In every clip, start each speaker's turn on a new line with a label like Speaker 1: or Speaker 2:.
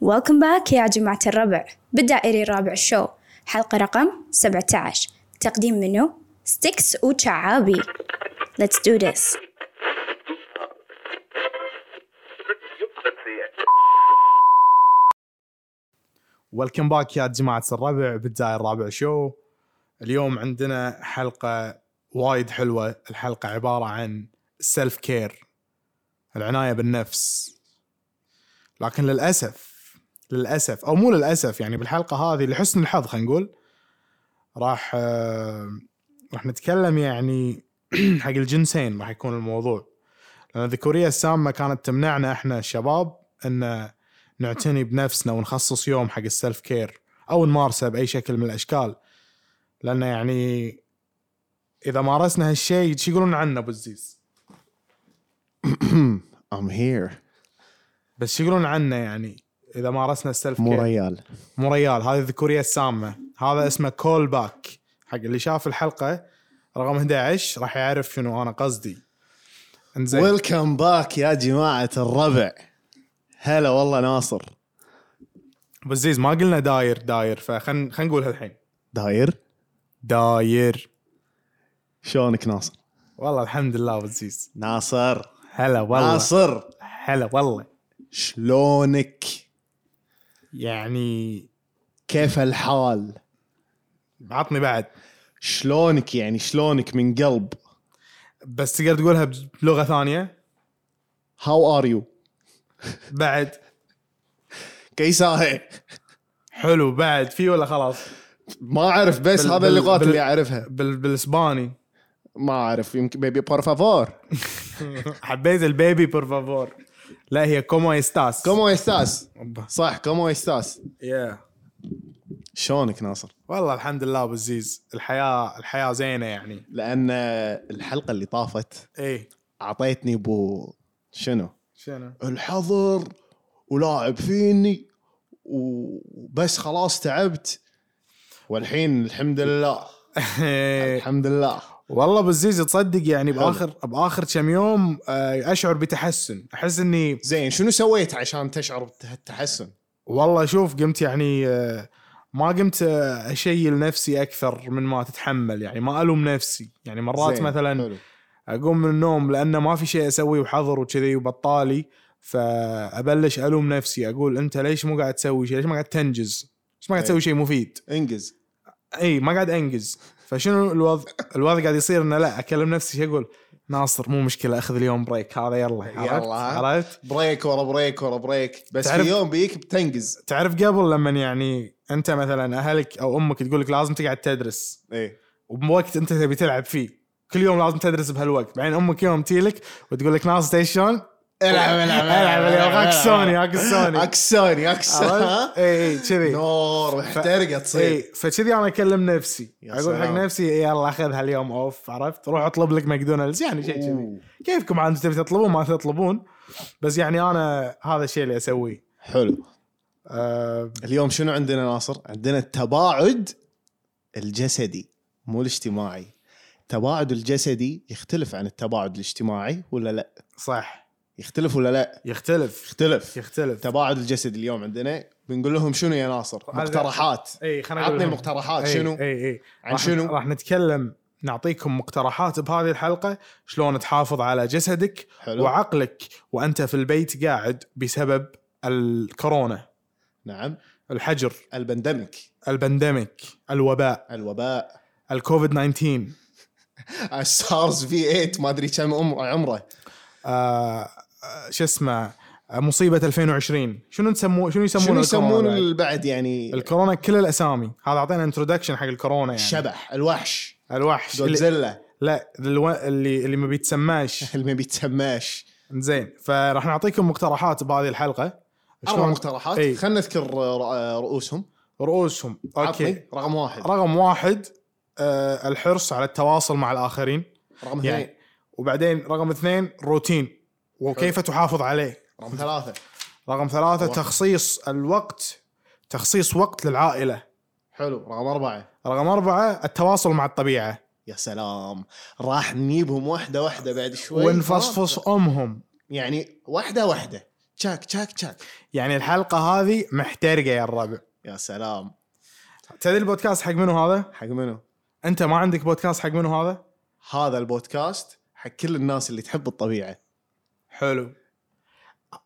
Speaker 1: ويلكم باك يا جماعة الربع بالدائري الرابع شو حلقة رقم 17 تقديم منه ستيكس وشعابي Let's do this
Speaker 2: ويلكم باك يا جماعة الربع بالداير الرابع شو اليوم عندنا حلقة وايد حلوة الحلقة عبارة عن السلف كير العناية بالنفس لكن للأسف للأسف أو مو للأسف يعني بالحلقة هذه لحسن الحظ خلينا نقول راح آه، راح نتكلم يعني حق الجنسين راح يكون الموضوع لأن الذكورية السامة كانت تمنعنا احنا الشباب ان نعتني بنفسنا ونخصص يوم حق السلف كير او نمارسه باي شكل من الاشكال لانه يعني اذا مارسنا هالشيء شو يقولون عنا ابو الزيز
Speaker 3: I'm here
Speaker 2: بس شو يقولون عنا يعني اذا مارسنا السلف
Speaker 3: مو
Speaker 2: كير
Speaker 3: ريال
Speaker 2: مو ريال هذه الذكوريه السامه هذا اسمه كول باك حق اللي شاف الحلقه رقم 11 راح يعرف شنو انا قصدي انزين
Speaker 3: ويلكم باك يا جماعة الربع هلا والله ناصر
Speaker 2: ابو الزيز ما قلنا داير داير فخلينا خلينا نقولها الحين
Speaker 3: داير
Speaker 2: داير
Speaker 3: شلونك ناصر
Speaker 2: والله الحمد لله ابو الزيز
Speaker 3: ناصر
Speaker 2: هلا والله
Speaker 3: ناصر
Speaker 2: هلا والله
Speaker 3: شلونك
Speaker 2: يعني
Speaker 3: كيف الحال
Speaker 2: عطني بعد
Speaker 3: شلونك يعني شلونك من قلب
Speaker 2: بس تقدر تقولها بلغه ثانيه
Speaker 3: هاو ار يو
Speaker 2: بعد
Speaker 3: كيساهي
Speaker 2: حلو بعد في ولا خلاص
Speaker 3: ما اعرف بس
Speaker 2: بال-
Speaker 3: هذا
Speaker 2: بال-
Speaker 3: اللغات
Speaker 2: بال-
Speaker 3: اللي اعرفها
Speaker 2: بال بالاسباني
Speaker 3: ما اعرف يمكن بيبي بور فافور
Speaker 2: حبيت البيبي بور فافور لا هي كومو استاس
Speaker 3: كومو استاس
Speaker 2: أوبا.
Speaker 3: صح كومو استاس
Speaker 2: يا
Speaker 3: شلونك ناصر
Speaker 2: والله الحمد لله ابو الزيز الحياه الحياه زينه يعني
Speaker 3: لان الحلقة اللي طافت
Speaker 2: ايه
Speaker 3: اعطيتني بو شنو
Speaker 2: شنو
Speaker 3: الحظر ولاعب فيني وبس خلاص تعبت والحين الحمد لله
Speaker 2: إيه.
Speaker 3: الحمد لله
Speaker 2: والله ابو الزيز تصدق يعني
Speaker 3: حلو.
Speaker 2: باخر باخر كم يوم آه، اشعر بتحسن احس اني
Speaker 3: زين شنو سويت عشان تشعر بالتحسن
Speaker 2: والله شوف قمت يعني آه، ما قمت آه، اشيل نفسي اكثر من ما تتحمل يعني ما الوم نفسي يعني مرات
Speaker 3: زين،
Speaker 2: مثلا
Speaker 3: حلو.
Speaker 2: اقوم من النوم لانه ما في شيء اسويه وحظر وكذي وبطالي فابلش الوم نفسي اقول انت ليش مو قاعد تسوي شيء؟ ليش ما قاعد تنجز؟ ليش ما قاعد
Speaker 3: أي.
Speaker 2: تسوي شيء مفيد؟
Speaker 3: انجز
Speaker 2: اي ما قاعد انجز فشنو الوضع؟ الوضع قاعد يصير انه لا اكلم نفسي شي اقول ناصر مو مشكله اخذ اليوم بريك هذا يلا عرفت؟
Speaker 3: يلا.
Speaker 2: عرفت؟
Speaker 3: بريك ورا بريك ورا بريك بس
Speaker 2: تعرف-
Speaker 3: في يوم بيك بتنجز
Speaker 2: تعرف قبل لما يعني انت مثلا اهلك او امك تقول لك لازم تقعد تدرس
Speaker 3: ايه
Speaker 2: وبوقت انت تبي تلعب فيه كل يوم لازم تدرس بهالوقت بعدين امك يوم تيلك وتقول لك ناصر تدري شلون؟ العب اليوم عكس سوني عكس سوني
Speaker 3: عكس سوني عكس
Speaker 2: يعني. عرفت؟ إيه.
Speaker 3: ها؟
Speaker 2: اي اي كذي
Speaker 3: نور محترقه
Speaker 2: اي
Speaker 3: تصير
Speaker 2: فكذي انا اكلم نفسي
Speaker 3: يا
Speaker 2: اقول حق
Speaker 3: سلام.
Speaker 2: نفسي إيه يلا خذها اليوم اوف عرفت روح اطلب لك ماكدونالدز يعني شيء كذي
Speaker 3: أوه.
Speaker 2: كيفكم عاد تبي تطلبون ما تطلبون بس يعني انا هذا الشيء اللي اسويه
Speaker 3: حلو
Speaker 2: أه
Speaker 3: اليوم شنو عندنا ناصر؟ عندنا التباعد الجسدي مو الاجتماعي. التباعد الجسدي يختلف عن التباعد الاجتماعي ولا لا؟
Speaker 2: صح
Speaker 3: يختلف ولا لا؟
Speaker 2: يختلف
Speaker 3: يختلف.
Speaker 2: يختلف
Speaker 3: التباعد الجسدي اليوم عندنا بنقول لهم شنو يا ناصر؟
Speaker 2: هذا- إيه،
Speaker 3: مقترحات.
Speaker 2: اي إيه، خلنا
Speaker 3: عطني المقترحات شنو؟
Speaker 2: اي اي
Speaker 3: عن
Speaker 2: راح-
Speaker 3: شنو؟
Speaker 2: راح نتكلم نعطيكم مقترحات بهذه الحلقه شلون تحافظ على جسدك
Speaker 3: حلو.
Speaker 2: وعقلك وانت في البيت قاعد بسبب الكورونا
Speaker 3: نعم.
Speaker 2: الحجر
Speaker 3: البندمك،
Speaker 2: البندمك الوباء
Speaker 3: الوباء،
Speaker 2: الكوفيد 19
Speaker 3: السارز في 8 ما ادري كم عمره عمره.
Speaker 2: آه، آه، شو اسمه آه، مصيبه 2020 شنو نسموه شنو يسمونه
Speaker 3: شنو
Speaker 2: الكورونا
Speaker 3: يسمون
Speaker 2: بعد؟
Speaker 3: اللي بعد يعني
Speaker 2: الكورونا كل الاسامي هذا اعطينا انتروداكشن حق الكورونا يعني
Speaker 3: الشبح، الوحش،
Speaker 2: الوحش اللي
Speaker 3: جودزيلا
Speaker 2: لا الو- اللي اللي ما بيتسماش
Speaker 3: اللي ما بيتسماش.
Speaker 2: زين فراح نعطيكم مقترحات بهذه الحلقه
Speaker 3: اربع
Speaker 2: شلون-
Speaker 3: مقترحات
Speaker 2: إي.
Speaker 3: خلينا نذكر رأ- رؤوسهم
Speaker 2: رؤوسهم اوكي
Speaker 3: عطني رقم واحد
Speaker 2: رقم واحد آه، الحرص على التواصل مع الاخرين
Speaker 3: رقم اثنين
Speaker 2: يعني وبعدين رقم اثنين روتين وكيف تحافظ عليه
Speaker 3: رقم ثلاثه
Speaker 2: رقم ثلاثة
Speaker 3: وقت.
Speaker 2: تخصيص الوقت تخصيص وقت للعائلة
Speaker 3: حلو رقم اربعه
Speaker 2: رقم أربعة التواصل مع الطبيعة
Speaker 3: يا سلام طيب، راح نجيبهم واحده واحده بعد شوي
Speaker 2: ونفصفص أمهم
Speaker 3: يعني واحده واحده تشاك تشاك تشاك
Speaker 2: يعني الحلقه هذه محترقه يا الربع
Speaker 3: يا سلام
Speaker 2: تدري البودكاست حق منو هذا؟
Speaker 3: حق منو؟
Speaker 2: انت ما عندك بودكاست حق منو هذا؟
Speaker 3: هذا البودكاست حق كل الناس اللي تحب الطبيعه
Speaker 2: حلو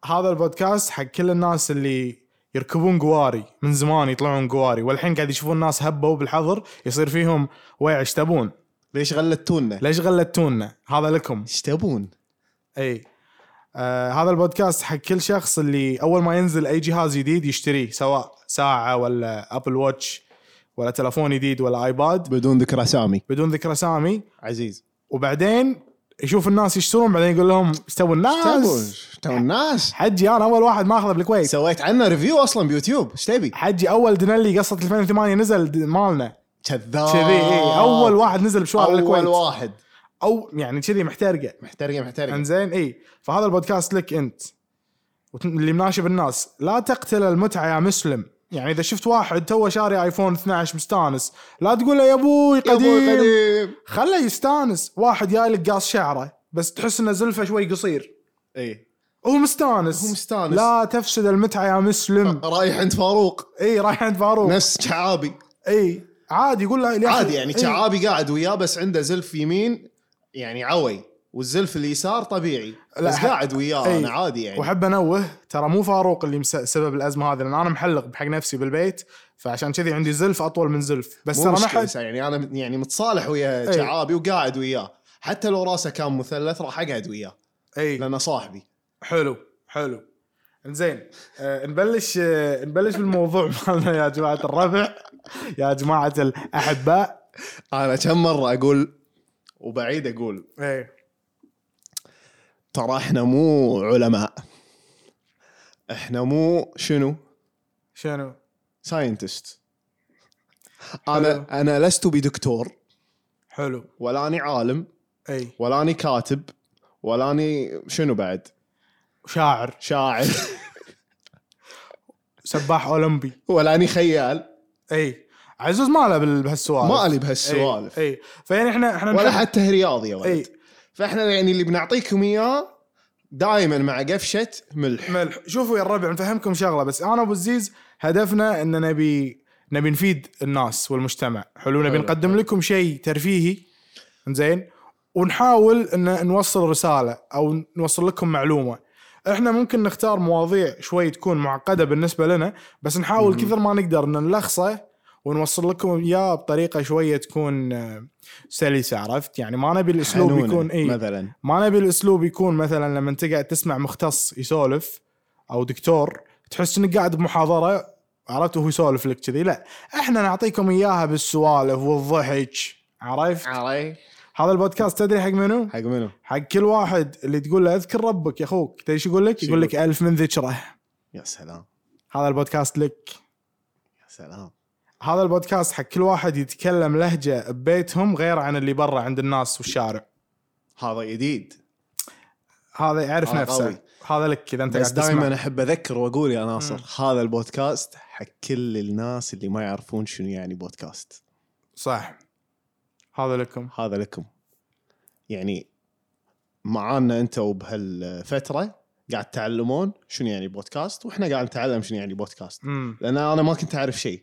Speaker 2: هذا البودكاست حق كل الناس اللي يركبون قواري من زمان يطلعون قواري والحين قاعد يشوفون ناس هبوا بالحظر يصير فيهم ويع ايش تبون؟
Speaker 3: ليش غلتونا؟
Speaker 2: ليش غلتونا؟ هذا لكم
Speaker 3: ايش تبون؟
Speaker 2: اي آه هذا البودكاست حق كل شخص اللي اول ما ينزل اي جهاز جديد يشتريه سواء ساعه ولا ابل واتش ولا تلفون جديد ولا ايباد
Speaker 3: بدون ذكر اسامي
Speaker 2: بدون ذكر اسامي
Speaker 3: عزيز
Speaker 2: وبعدين يشوف الناس يشترون بعدين يقول لهم ايش تبون الناس؟
Speaker 3: ايش تبون الناس؟
Speaker 2: حجي انا اول واحد ماخذه بالكويت
Speaker 3: سويت عنا ريفيو اصلا بيوتيوب ايش تبي؟
Speaker 2: حجي اول دنالي قصه 2008 نزل د- مالنا
Speaker 3: كذاب
Speaker 2: كذي اي اول واحد نزل بشوارع
Speaker 3: اول
Speaker 2: الكويت
Speaker 3: آه. واحد
Speaker 2: او يعني كذي محترقه
Speaker 3: محترقه محترقه
Speaker 2: انزين اي فهذا البودكاست لك انت وت- اللي مناشب الناس لا تقتل المتعه يا مسلم يعني اذا شفت واحد توه شاري ايفون 12 مستانس لا تقول له يا ابوي
Speaker 3: يا أبوي
Speaker 2: قديم خله يستانس واحد جاي لك قاص شعره بس تحس انه زلفه شوي قصير إيه.
Speaker 3: اي
Speaker 2: هو مستانس
Speaker 3: هو مستانس.
Speaker 2: لا تفسد المتعه يا مسلم
Speaker 3: رايح عند فاروق
Speaker 2: اي رايح عند فاروق
Speaker 3: نفس شعابي
Speaker 2: اي عادي يقول له يا أخي- إيه.
Speaker 3: عادي يعني
Speaker 2: إي.
Speaker 3: شعابي قاعد وياه بس عنده زلف يمين يعني عوي والزلف اليسار طبيعي
Speaker 2: لا، إيه.
Speaker 3: بس
Speaker 2: ح-
Speaker 3: قاعد وياه
Speaker 2: إي.
Speaker 3: انا عادي يعني
Speaker 2: واحب انوه ترى مو فاروق اللي مس- سبب الازمه هذه لان انا محلق بحق نفسي بالبيت فعشان كذي عندي زلف اطول من زلف بس
Speaker 3: مو
Speaker 2: ترى ما
Speaker 3: مشكلة
Speaker 2: حد إيه.
Speaker 3: يسا، يعني انا مت- يعني متصالح ويا
Speaker 2: إي.
Speaker 3: شعابي وقاعد وياه حتى لو راسه كان مثلث راح اقعد وياه
Speaker 2: اي
Speaker 3: لانه صاحبي
Speaker 2: حلو حلو زين آه نبلش آه نبلش بالموضوع مالنا يا جماعه الربع يا جماعه الاحباء
Speaker 3: انا كم مره اقول وبعيد اقول
Speaker 2: اي
Speaker 3: ترى احنا مو علماء احنا مو شنو
Speaker 2: شنو
Speaker 3: ساينتست انا انا لست بدكتور
Speaker 2: حلو
Speaker 3: ولا اني عالم
Speaker 2: اي
Speaker 3: ولا اني كاتب ولا اني شنو بعد
Speaker 2: شاعر
Speaker 3: شاعر
Speaker 2: سباح اولمبي
Speaker 3: ولا اني خيال
Speaker 2: اي عزوز ماله بال- بهالسوالف
Speaker 3: ما لي بهالسوالف
Speaker 2: اي, أي. فيعني احنا احنا
Speaker 3: ولا
Speaker 2: نحب-
Speaker 3: حتى هي رياضي يا
Speaker 2: اي
Speaker 3: ولد فاحنا يعني اللي بنعطيكم اياه دائما مع قفشه ملح
Speaker 2: ملح شوفوا يا الربع نفهمكم شغله بس انا وابو الزيز هدفنا ان نبي نبي نفيد الناس والمجتمع حلو نبي
Speaker 3: حلو،
Speaker 2: نقدم لكم شيء ترفيهي زين ونحاول ان نوصل رساله او نوصل لكم معلومه احنا ممكن نختار مواضيع شوي تكون معقده بالنسبه لنا بس نحاول كثر ما نقدر ان نلخصه ونوصل لكم اياه بطريقه شويه تكون آه، سلسه عرفت يعني ما نبي الاسلوب
Speaker 3: حنونة
Speaker 2: يكون إيه. اي
Speaker 3: مثلا
Speaker 2: ما نبي الاسلوب يكون مثلا لما انت قاعد تسمع مختص يسولف او دكتور تحس انك قاعد بمحاضره عرفت وهو يسولف لك كذي لا احنا نعطيكم اياها بالسوالف والضحك عرفت
Speaker 3: علي
Speaker 2: هذا البودكاست تدري حق منو
Speaker 3: حق منو
Speaker 2: حق كل واحد اللي تقول له اذكر ربك يا اخوك تدري شو يقول لك
Speaker 3: شو
Speaker 2: يقول لك الف من ذكره
Speaker 3: يا سلام
Speaker 2: هذا البودكاست لك
Speaker 3: يا سلام
Speaker 2: هذا البودكاست حق كل واحد يتكلم لهجه ببيتهم غير عن اللي برا عند الناس والشارع
Speaker 3: هذا جديد
Speaker 2: هذا يعرف
Speaker 3: هذا
Speaker 2: نفسه
Speaker 3: قوي.
Speaker 2: هذا لك اذا انت
Speaker 3: بس
Speaker 2: قاعد تسمع
Speaker 3: دائما احب اذكر واقول يا ناصر هذا البودكاست حق كل الناس اللي ما يعرفون شنو يعني بودكاست
Speaker 2: صح هذا لكم
Speaker 3: هذا لكم يعني معانا انتم بهالفتره قاعد تعلمون شنو يعني بودكاست واحنا قاعد نتعلم شنو يعني بودكاست
Speaker 2: امم
Speaker 3: لان انا ما كنت اعرف شيء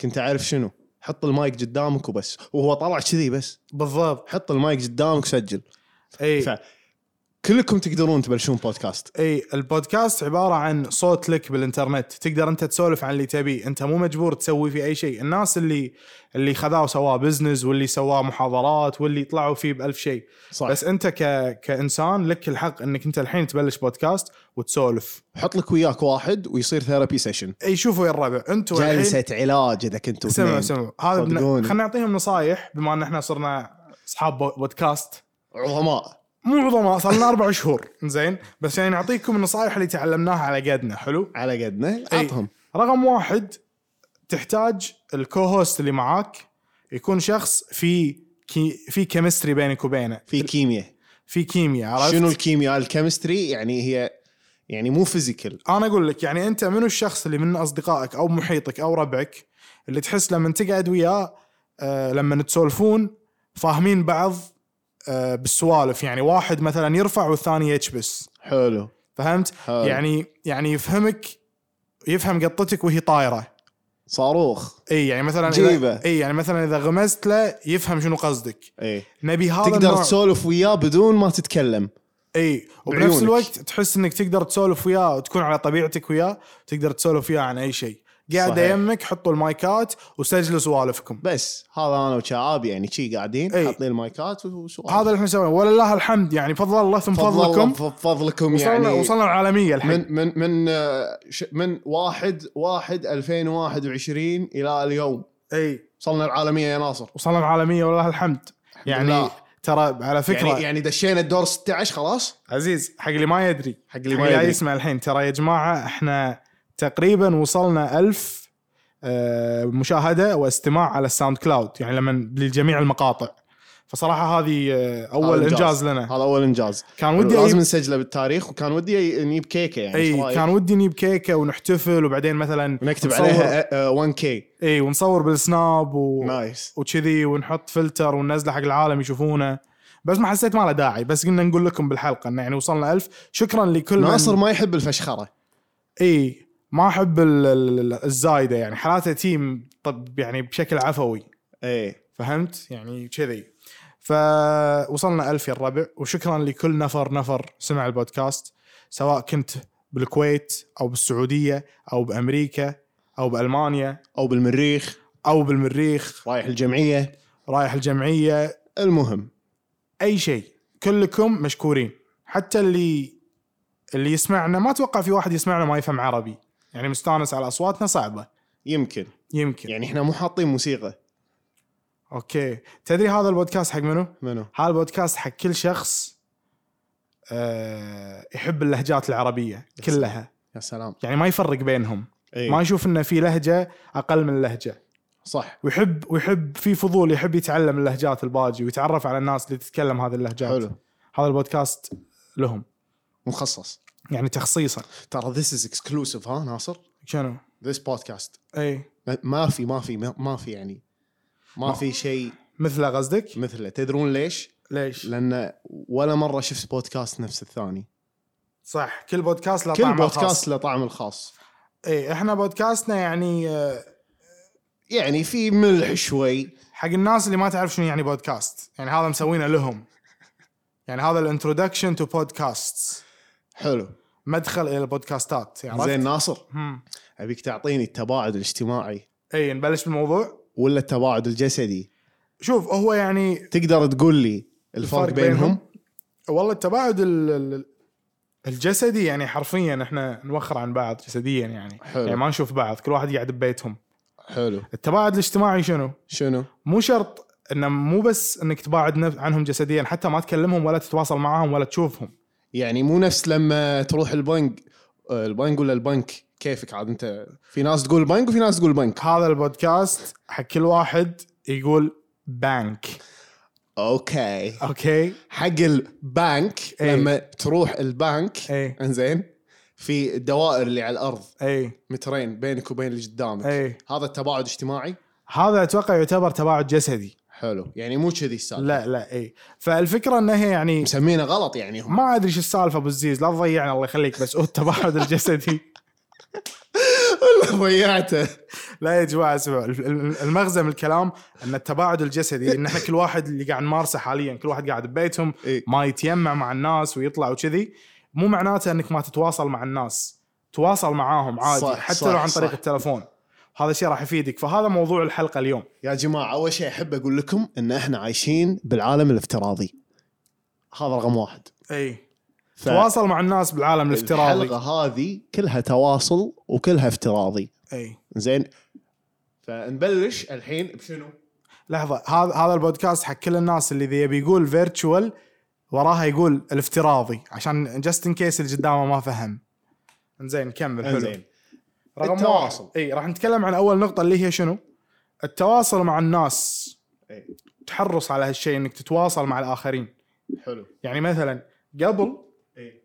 Speaker 3: كنت اعرف شنو حط المايك قدامك وبس وهو طلع كذي بس
Speaker 2: بالضبط
Speaker 3: حط المايك قدامك وسجل
Speaker 2: اي
Speaker 3: ف- كلكم تقدرون تبلشون بودكاست
Speaker 2: اي البودكاست عباره عن صوت لك بالانترنت تقدر انت تسولف عن اللي تبيه انت مو مجبور تسوي فيه اي شيء الناس اللي اللي خذاه وسواه بزنس واللي سواه محاضرات واللي طلعوا فيه بألف شيء
Speaker 3: صح
Speaker 2: بس
Speaker 3: بس
Speaker 2: انت ك... كانسان لك الحق انك انت الحين تبلش بودكاست وتسولف
Speaker 3: حط لك وياك واحد ويصير ثيرابي سيشن
Speaker 2: اي شوفوا يا الربع انتوا الحين
Speaker 3: جلسه علاج اذا كنتوا
Speaker 2: إيه، سمعوا
Speaker 3: اثنين.
Speaker 2: سمعوا هذا بن...
Speaker 3: صدقوني.
Speaker 2: خلينا نعطيهم نصايح بما ان احنا صرنا اصحاب بو- بودكاست
Speaker 3: عظماء
Speaker 2: مو عظماء صار لنا اربع شهور زين بس يعني نعطيكم النصائح اللي تعلمناها على قدنا حلو
Speaker 3: على قدنا
Speaker 2: إي.
Speaker 3: عطهم
Speaker 2: رقم واحد تحتاج الكو هوست اللي معاك يكون شخص في كي في كيمستري بينك وبينه
Speaker 3: في كيمياء
Speaker 2: في كيمياء عرفت
Speaker 3: شنو الكيمياء الكيمستري يعني هي يعني مو فيزيكال
Speaker 2: انا اقول لك يعني انت منو الشخص اللي من اصدقائك او محيطك او ربعك اللي تحس لما تقعد وياه آه لما تسولفون فاهمين بعض آه بالسوالف يعني واحد مثلا يرفع والثاني يكبس
Speaker 3: حلو
Speaker 2: فهمت؟
Speaker 3: حلو.
Speaker 2: يعني يعني يفهمك يفهم قطتك وهي طايره
Speaker 3: صاروخ
Speaker 2: اي يعني مثلا
Speaker 3: جيبه.
Speaker 2: اذا اي يعني مثلا اذا غمزت له يفهم شنو قصدك
Speaker 3: ايه
Speaker 2: نبي هذا
Speaker 3: تقدر
Speaker 2: النوع.
Speaker 3: تسولف وياه بدون ما تتكلم
Speaker 2: اي
Speaker 3: بعيونك.
Speaker 2: وبنفس الوقت تحس انك تقدر تسولف وياه وتكون على طبيعتك وياه تقدر تسولف وياه عن اي شيء قاعده
Speaker 3: صحيح.
Speaker 2: يمك حطوا المايكات وسجلوا سوالفكم
Speaker 3: بس هذا انا وشعاب يعني شي قاعدين
Speaker 2: إيه.
Speaker 3: حاطين المايكات وسؤال
Speaker 2: هذا اللي احنا نسويه ولله الحمد يعني فضل الله ثم فضلكم
Speaker 3: فضلكم
Speaker 2: وصلنا
Speaker 3: يعني
Speaker 2: وصلنا العالميه الحين
Speaker 3: من من من آه، ش- من 1 1 2021 الى اليوم
Speaker 2: اي
Speaker 3: وصلنا العالميه يا ناصر
Speaker 2: إيه، وصلنا العالميه ولله الحمد يعني
Speaker 3: لله.
Speaker 2: ترى على فكره
Speaker 3: يعني يعني دشينا الدور 16 خلاص
Speaker 2: عزيز حق اللي ما يدري حق
Speaker 3: اللي ما
Speaker 2: لا
Speaker 3: يدري.
Speaker 2: يسمع الحين ترى يا جماعه احنا تقريبا وصلنا ألف آه، مشاهده واستماع على الساوند كلاود يعني لما لجميع المقاطع فصراحه هذه آه، اول
Speaker 3: هذا
Speaker 2: انجاز لنا
Speaker 3: هذا اول انجاز
Speaker 2: كان ودي
Speaker 3: لازم
Speaker 2: أجيب-
Speaker 3: نسجله بالتاريخ وكان ودي نجيب كيكه يعني إيش
Speaker 2: اي
Speaker 3: رأيك؟
Speaker 2: كان ودي نجيب كيكه ونحتفل وبعدين مثلا
Speaker 3: ونكتب
Speaker 2: نصور-
Speaker 3: عليها آه، 1 كي
Speaker 2: اي ونصور بالسناب و...
Speaker 3: نايس
Speaker 2: وكذي ونحط فلتر وننزله حق العالم يشوفونه بس ما حسيت ما له داعي بس قلنا نقول لكم بالحلقه انه يعني وصلنا ألف شكرا لكل من-
Speaker 3: ناصر ما يحب الفشخره
Speaker 2: اي ما احب ال- ال- ال- الزايده يعني حالاته تيم طب يعني بشكل عفوي
Speaker 3: ايه
Speaker 2: فهمت يعني كذي فوصلنا ألف يا الربع وشكرا لكل نفر نفر سمع البودكاست سواء كنت بالكويت او بالسعوديه او بامريكا او بالمانيا
Speaker 3: او بالمريخ
Speaker 2: او بالمريخ
Speaker 3: رايح الجمعيه
Speaker 2: رايح الجمعيه
Speaker 3: المهم
Speaker 2: اي شيء كلكم مشكورين حتى اللي اللي يسمعنا ما اتوقع في واحد يسمعنا ما يفهم عربي يعني مستانس على اصواتنا صعبه
Speaker 3: يمكن
Speaker 2: يمكن
Speaker 3: يعني احنا مو حاطين موسيقى
Speaker 2: اوكي تدري هذا البودكاست حق منو؟
Speaker 3: منو
Speaker 2: هذا البودكاست حق كل شخص آه، يحب اللهجات العربيه كلها
Speaker 3: يا سلام
Speaker 2: يعني ما يفرق بينهم
Speaker 3: ايه
Speaker 2: ما يشوف انه في لهجه اقل من لهجه
Speaker 3: صح
Speaker 2: ويحب ويحب في فضول يحب يتعلم اللهجات الباجي ويتعرف على الناس اللي تتكلم هذه اللهجات
Speaker 3: حلو
Speaker 2: هذا البودكاست لهم
Speaker 3: مخصص
Speaker 2: يعني تخصيصا
Speaker 3: ترى ذيس از اكسكلوسيف ها ناصر
Speaker 2: شنو؟ إيه.
Speaker 3: ذيس بودكاست
Speaker 2: اي
Speaker 3: ما في ما في ما ما في يعني ما في شيء
Speaker 2: مثله قصدك؟
Speaker 3: مثله تدرون ليش؟
Speaker 2: ليش؟
Speaker 3: لان ولا مره شفت بودكاست نفس الثاني
Speaker 2: صح كل بودكاست له
Speaker 3: كل
Speaker 2: طعم
Speaker 3: بودكاست له طعم الخاص
Speaker 2: اي احنا بودكاستنا يعني آه،
Speaker 3: يعني في ملح شوي
Speaker 2: حق الناس اللي ما تعرف شنو يعني بودكاست يعني هذا مسوينه لهم يعني هذا الانترودكشن تو بودكاست
Speaker 3: حلو
Speaker 2: مدخل الى البودكاستات يعني
Speaker 3: زين ناصر
Speaker 2: هم.
Speaker 3: ابيك تعطيني التباعد الاجتماعي
Speaker 2: اي نبلش بالموضوع
Speaker 3: ولا التباعد الجسدي
Speaker 2: شوف هو يعني
Speaker 3: تقدر تقول لي الفرق بينهم
Speaker 2: والله التباعد ال- ال- الجسدي يعني حرفيا احنا نوخر عن بعض جسديا يعني
Speaker 3: حلو.
Speaker 2: يعني ما نشوف بعض كل واحد قاعد ببيتهم
Speaker 3: حلو
Speaker 2: التباعد الاجتماعي شنو
Speaker 3: شنو
Speaker 2: مو شرط انه مو بس انك تباعد نف- عنهم جسديا حتى ما تكلمهم ولا تتواصل معاهم ولا تشوفهم
Speaker 3: يعني مو نفس لما تروح البنك آه، البنك ولا البنك كيفك عاد انت في ناس تقول بنك وفي ناس تقول بنك
Speaker 2: هذا البودكاست حق كل واحد يقول بانك
Speaker 3: اوكي
Speaker 2: اوكي
Speaker 3: حق البنك
Speaker 2: إيه.
Speaker 3: لما تروح البنك
Speaker 2: إيه.
Speaker 3: انزين في الدوائر اللي على الارض
Speaker 2: اي
Speaker 3: مترين بينك وبين اللي قدامك
Speaker 2: إيه.
Speaker 3: هذا التباعد اجتماعي
Speaker 2: هذا اتوقع يعتبر تباعد جسدي
Speaker 3: حلو يعني مو كذي السالفه
Speaker 2: لا لا اي فالفكره انها يعني
Speaker 3: مسمينه غلط يعني هم
Speaker 2: ما ادري شو السالفه ابو الزيز لا تضيعنا الله يخليك بس هو التباعد الجسدي
Speaker 3: ضيعته
Speaker 2: لا يا جماعه اسمعوا ال- ال- المغزى من الكلام ان التباعد الجسدي ان احنا كل واحد اللي قاعد نمارسه حاليا كل واحد قاعد ببيتهم
Speaker 3: إيه.
Speaker 2: ما يتيمع مع الناس ويطلع وكذي مو معناته انك ما تتواصل مع الناس تواصل معاهم عادي
Speaker 3: صح،
Speaker 2: صح حتى
Speaker 3: صح،
Speaker 2: لو عن طريق
Speaker 3: صح.
Speaker 2: صح التلفون هذا الشيء راح يفيدك فهذا موضوع الحلقه اليوم
Speaker 3: يا جماعه اول شيء احب اقول لكم ان احنا عايشين بالعالم الافتراضي هذا رقم واحد
Speaker 2: اي
Speaker 3: ف-
Speaker 2: تواصل مع الناس بالعالم الافتراضي
Speaker 3: الحلقه هذه كلها تواصل وكلها افتراضي
Speaker 2: اي
Speaker 3: زين فنبلش الحين بشنو؟
Speaker 2: لحظه هذا هذا البودكاست حق كل الناس اللي اذا يبي يقول فيرتشوال وراها يقول الافتراضي عشان جاست ان كيس اللي قدامه ما فهم زين نكمل حلو
Speaker 3: انزين
Speaker 2: رقم
Speaker 3: التواصل.
Speaker 2: واحد. اي راح نتكلم عن اول نقطه اللي هي شنو؟ التواصل مع الناس
Speaker 3: إي.
Speaker 2: تحرص على هالشيء انك تتواصل مع الاخرين
Speaker 3: حلو إيه.
Speaker 2: يعني مثلا قبل
Speaker 3: إي.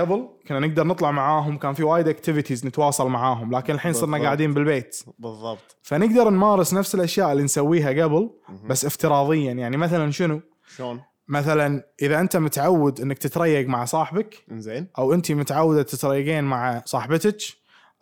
Speaker 2: قبل كنا نقدر نطلع معاهم كان في وايد اكتيفيتيز نتواصل معاهم لكن الحين صرنا
Speaker 3: بالضبط.
Speaker 2: قاعدين بالبيت
Speaker 3: بالضبط
Speaker 2: فنقدر نمارس نفس الاشياء اللي نسويها قبل بس افتراضيا يعني مثلا شنو
Speaker 3: شلون؟
Speaker 2: مثلا اذا انت متعود انك تتريق مع صاحبك
Speaker 3: انزين
Speaker 2: او انت متعوده تتريقين مع صاحبتك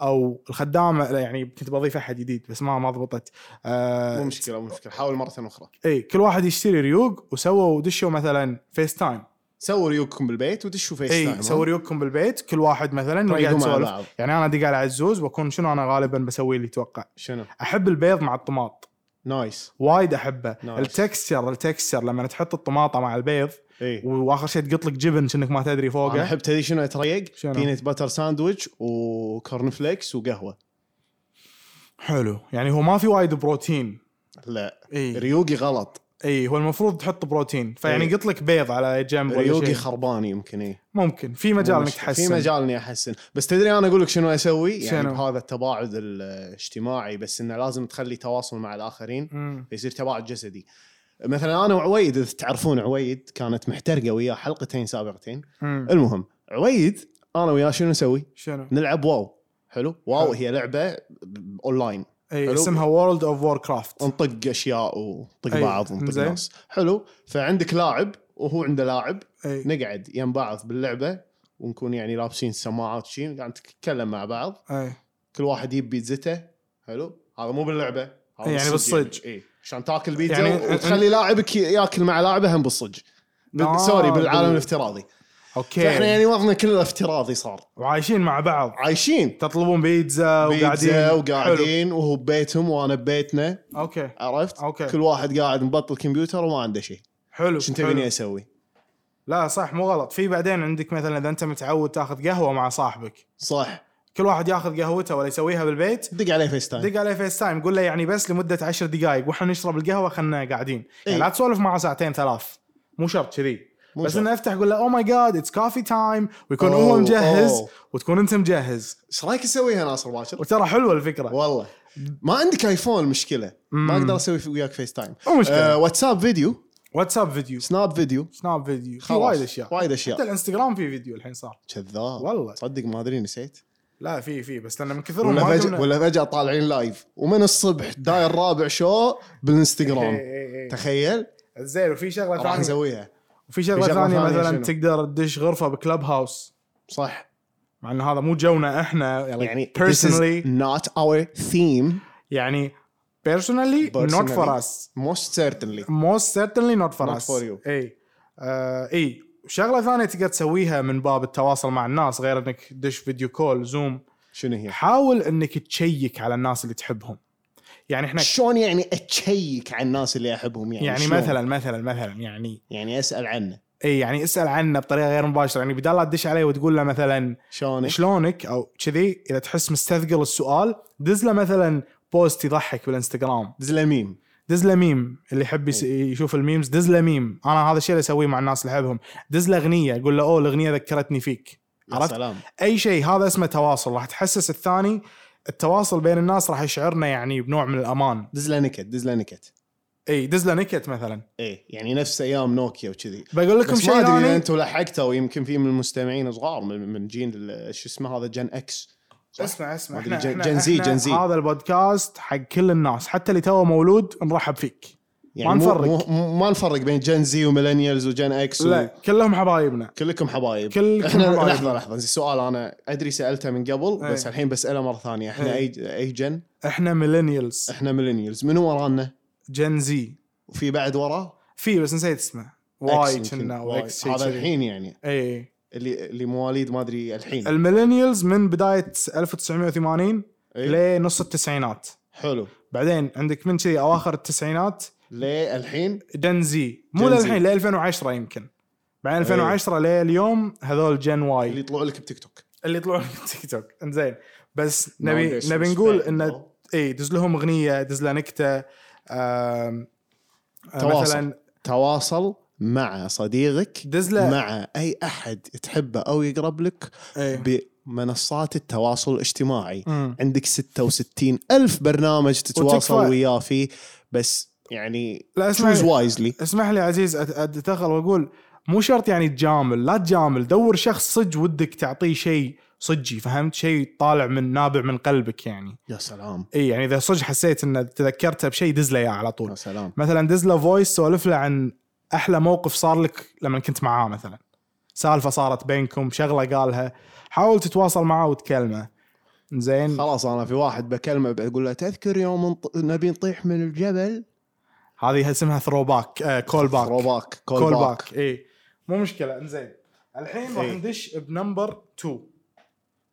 Speaker 2: او الخدامه لا، يعني كنت بضيف احد جديد بس ما ما ضبطت
Speaker 3: مو
Speaker 2: آه
Speaker 3: مشكله مو مشكله حاول مره اخرى
Speaker 2: اي كل واحد يشتري ريوق وسووا دشوا مثلا فيس تايم
Speaker 3: سووا ريوقكم بالبيت ودشوا فيس تايم
Speaker 2: اي إيه، سووا ريوقكم بالبيت كل واحد مثلا وقاعد
Speaker 3: ريوقكم مع
Speaker 2: يسولف
Speaker 3: بعض
Speaker 2: يعني انا دق على عزوز واكون شنو انا غالبا بسوي اللي يتوقع
Speaker 3: شنو
Speaker 2: احب البيض مع الطماط
Speaker 3: نايس
Speaker 2: وايد احبه
Speaker 3: نايس.
Speaker 2: التكستشر التكستشر لما تحط الطماطه مع البيض
Speaker 3: اي
Speaker 2: واخر شيء تقط لك جبن كأنك ما تدري
Speaker 3: انا
Speaker 2: فوقه
Speaker 3: احب تدري شنو اتريق
Speaker 2: شنو؟
Speaker 3: بينت باتر ساندويتش وكورن فليكس وقهوه
Speaker 2: حلو يعني هو ما في وايد بروتين إيه.
Speaker 3: لا
Speaker 2: اي
Speaker 3: ريوقي غلط
Speaker 2: اي هو المفروض تحط بروتين فيعني
Speaker 3: إي.
Speaker 2: قط لك بيض على جنب ولا
Speaker 3: ريوقي
Speaker 2: شيء
Speaker 3: خربان يمكن اي
Speaker 2: ممكن في مجال انك تحسن
Speaker 3: في مجال اني احسن بس تدري انا اقول لك شنو اسوي يعني
Speaker 2: شنو؟
Speaker 3: بهذا التباعد الاجتماعي بس انه لازم تخلي تواصل مع الاخرين
Speaker 2: مم.
Speaker 3: فيصير تباعد جسدي مثلا انا وعويد اذا تعرفون عويد كانت محترقه وياه حلقتين سابقتين
Speaker 2: مم.
Speaker 3: المهم عويد انا وياه شنو نسوي؟
Speaker 2: شنو
Speaker 3: نلعب واو حلو واو
Speaker 2: حلو.
Speaker 3: هي لعبه اونلاين
Speaker 2: اي
Speaker 3: حلو.
Speaker 2: اسمها وورلد اوف وور كرافت
Speaker 3: نطق اشياء ونطق
Speaker 2: أي،
Speaker 3: بعض ونطق
Speaker 2: إنزين.
Speaker 3: ناس حلو فعندك لاعب وهو عنده لاعب نقعد يم بعض باللعبه ونكون يعني لابسين السماعات شي قاعد نتكلم مع بعض
Speaker 2: اي
Speaker 3: كل واحد يجيب بيتزته حلو هذا مو باللعبه هذا
Speaker 2: أي، يعني بالصج.
Speaker 3: اي عشان تاكل بيتزا
Speaker 2: يعني-
Speaker 3: يعني وتخلي لاعبك ياكل مع لاعبه هم بالصج بال-
Speaker 2: آه،
Speaker 3: سوري بالعالم
Speaker 2: بال-
Speaker 3: الافتراضي فاحنا
Speaker 2: اوكي
Speaker 3: يعني وضعنا كله افتراضي صار
Speaker 2: وعايشين مع بعض
Speaker 3: عايشين
Speaker 2: تطلبون بيتزا وقاعدين
Speaker 3: بيتزا
Speaker 2: حلو.
Speaker 3: وقاعدين وهو ببيتهم وانا ببيتنا
Speaker 2: اوكي
Speaker 3: عرفت؟
Speaker 2: أوكي.
Speaker 3: كل واحد قاعد مبطل كمبيوتر وما عنده شيء
Speaker 2: حلو
Speaker 3: شنو
Speaker 2: حلو.
Speaker 3: تبيني اسوي؟
Speaker 2: لا صح مو غلط في بعدين عندك مثلا اذا انت متعود تاخذ قهوه مع صاحبك
Speaker 3: صح
Speaker 2: كل واحد ياخذ قهوته ولا يسويها بالبيت
Speaker 3: دق عليه فيس تايم
Speaker 2: دق عليه إيه. فيس تايم قول له يعني بس لمده عشر دقائق واحنا نشرب القهوه خلنا قاعدين يعني
Speaker 3: إي.
Speaker 2: لا تسولف معه ساعتين ثلاث مو شرط كذي
Speaker 3: مو
Speaker 2: بس
Speaker 3: شرط.
Speaker 2: انه افتح قول له "Oh او ماي جاد اتس كوفي تايم ويكون هو
Speaker 3: أوه،
Speaker 2: مجهز
Speaker 3: أوه.
Speaker 2: وتكون انت مجهز
Speaker 3: ايش رايك اسويها ناصر باكر؟
Speaker 2: وترى حلوه الفكره
Speaker 3: والله ما عندك ايفون مشكله ما
Speaker 2: مم.
Speaker 3: اقدر اسوي في- وياك فيس تايم
Speaker 2: مو مشكلة.
Speaker 3: آه واتساب فيديو
Speaker 2: واتساب فيديو
Speaker 3: سناب فيديو
Speaker 2: سناب فيديو في
Speaker 3: خلاص،
Speaker 2: وايد اشياء
Speaker 3: وايد أشياء.
Speaker 2: حتى الانستغرام في فيديو الحين صار
Speaker 3: كذاب
Speaker 2: والله.
Speaker 3: صدق ما ادري نسيت
Speaker 2: لا في في بس لان من كثرهم
Speaker 3: ولا
Speaker 2: ما
Speaker 3: فجأة,
Speaker 2: قمنا-
Speaker 3: ولا فجاه طالعين لايف ومن الصبح داير رابع شو
Speaker 2: إي-
Speaker 3: بالانستغرام
Speaker 2: إي- إي.
Speaker 3: تخيل
Speaker 2: إيه، زين وفي شغله
Speaker 3: راح
Speaker 2: ثانيه
Speaker 3: نسويها
Speaker 2: وفي شغله
Speaker 3: في شغلة
Speaker 2: ثانيه
Speaker 3: ثانية
Speaker 2: مثلا
Speaker 3: شنو؟
Speaker 2: تقدر تدش غرفه بكلب هاوس
Speaker 3: صح
Speaker 2: مع ان هذا مو جونا احنا يعني
Speaker 3: يعني this is
Speaker 2: بيرسونالي
Speaker 3: not our theme
Speaker 2: يعني بيرسونالي نوت
Speaker 3: Personally.
Speaker 2: فور اس
Speaker 3: most certainly
Speaker 2: موست سيرتنلي نوت فور
Speaker 3: Not
Speaker 2: اس
Speaker 3: for you.
Speaker 2: اي آه، اي شغله ثانيه تقدر تسويها من باب التواصل مع الناس غير انك تدش فيديو كول زوم
Speaker 3: شنو هي؟
Speaker 2: حاول انك تشيك على الناس اللي تحبهم يعني احنا
Speaker 3: شلون يعني اتشيك على الناس اللي احبهم يعني
Speaker 2: يعني
Speaker 3: شلون؟
Speaker 2: مثلا مثلا مثلا يعني
Speaker 3: يعني اسال عنه
Speaker 2: اي يعني اسال عنه بطريقه غير مباشره يعني بدال لا تدش عليه وتقول له مثلا
Speaker 3: شلونك؟
Speaker 2: شلونك او كذي اذا تحس مستثقل السؤال دز له مثلا بوست يضحك بالانستغرام
Speaker 3: زلميم
Speaker 2: دز له ميم اللي يحب يس-
Speaker 3: إيه.
Speaker 2: يشوف الميمز دز له ميم انا هذا الشيء اللي اسويه مع الناس اللي احبهم دز له اغنيه قول له اوه الاغنيه ذكرتني فيك
Speaker 3: يا
Speaker 2: عرفت
Speaker 3: سلام
Speaker 2: اي شيء هذا اسمه تواصل راح تحسس الثاني التواصل بين الناس راح يشعرنا يعني بنوع من الامان
Speaker 3: دز له نكت دز له نكت
Speaker 2: اي دز له نكت مثلا
Speaker 3: ايه يعني نفس ايام نوكيا وكذي
Speaker 2: بقول لكم
Speaker 3: بس
Speaker 2: شيء
Speaker 3: ما ادري اذا
Speaker 2: ثاني
Speaker 3: انتم لحقتوا يمكن في من المستمعين صغار من, من جيل ال- شو اسمه هذا جن اكس صح؟
Speaker 2: اسمع اسمع
Speaker 3: ما أدري،
Speaker 2: احنا
Speaker 3: جن-
Speaker 2: احنا
Speaker 3: جن زي،
Speaker 2: إحنا
Speaker 3: جن زي.
Speaker 2: هذا البودكاست حق كل الناس حتى اللي توه مولود نرحب فيك
Speaker 3: يعني
Speaker 2: ما
Speaker 3: مو-
Speaker 2: نفرق.
Speaker 3: مو- مو- ما نفرق بين جن زي وميلينيالز وجن اكس و...
Speaker 2: لا كلهم حبايبنا
Speaker 3: كلكم حبايب
Speaker 2: كلكم
Speaker 3: احنا
Speaker 2: حبايب.
Speaker 3: لحظه لحظه زي سؤال انا ادري سالته من قبل
Speaker 2: إيه.
Speaker 3: بس الحين بساله مره ثانيه احنا
Speaker 2: إيه.
Speaker 3: اي اي جن
Speaker 2: احنا ميلينيالز
Speaker 3: احنا ميلينيالز من ورانا
Speaker 2: جن زي
Speaker 3: وفي بعد وراه
Speaker 2: في بس نسيت اسمه
Speaker 3: X
Speaker 2: واي
Speaker 3: يمكن.
Speaker 2: كنا
Speaker 3: واي.
Speaker 2: واكس
Speaker 3: هذا الحين يعني
Speaker 2: اي
Speaker 3: اللي اللي مواليد ما ادري الحين
Speaker 2: الميلينيالز من بدايه 1980
Speaker 3: إيه؟
Speaker 2: لنص التسعينات
Speaker 3: حلو
Speaker 2: بعدين عندك من كذي اواخر التسعينات
Speaker 3: ليه الحين
Speaker 2: جن زي مو
Speaker 3: جن زي. إيه.
Speaker 2: للحين ل 2010 يمكن بعدين 2010 لليوم هذول جن
Speaker 3: اللي
Speaker 2: واي
Speaker 3: يطلعوا لك بتيك توك
Speaker 2: اللي يطلعون في تيك توك انزين بس نبي
Speaker 3: Nowadays
Speaker 2: نبي نقول
Speaker 3: respect,
Speaker 2: ان
Speaker 3: though.
Speaker 2: اي دز لهم اغنيه دز له نكته آم، آه،
Speaker 3: تواصل.
Speaker 2: مثلا
Speaker 3: تواصل مع صديقك
Speaker 2: دزله
Speaker 3: مع اي احد تحبه او يقرب لك
Speaker 2: إيه.
Speaker 3: بمنصات التواصل الاجتماعي
Speaker 2: مم.
Speaker 3: عندك 66 الف برنامج تتواصل
Speaker 2: وتكفى.
Speaker 3: وياه فيه بس يعني
Speaker 2: لا
Speaker 3: تشوز
Speaker 2: اسمع
Speaker 3: وايزلي
Speaker 2: اسمح لي عزيز أت- اتدخل واقول مو شرط يعني تجامل لا تجامل دور شخص صج ودك تعطيه شيء صجي فهمت شيء طالع من نابع من قلبك يعني
Speaker 3: يا سلام
Speaker 2: اي يعني اذا صج حسيت انه تذكرته بشيء دز له اياه على
Speaker 3: يا
Speaker 2: طول
Speaker 3: سلام
Speaker 2: مثلا دز له فويس سولف له عن احلى موقف صار لك لما كنت معاه مثلا سالفه صارت بينكم شغله قالها حاول تتواصل معاه وتكلمه زين
Speaker 3: خلاص انا في واحد بكلمه بقول له تذكر يوم نط- نبي نطيح من الجبل
Speaker 2: هذه اسمها ثرو باك آه كول باك
Speaker 3: روباك
Speaker 2: كول باك اي إيه. مو مشكله انزين الحين راح
Speaker 3: إيه.
Speaker 2: ندش بنمبر 2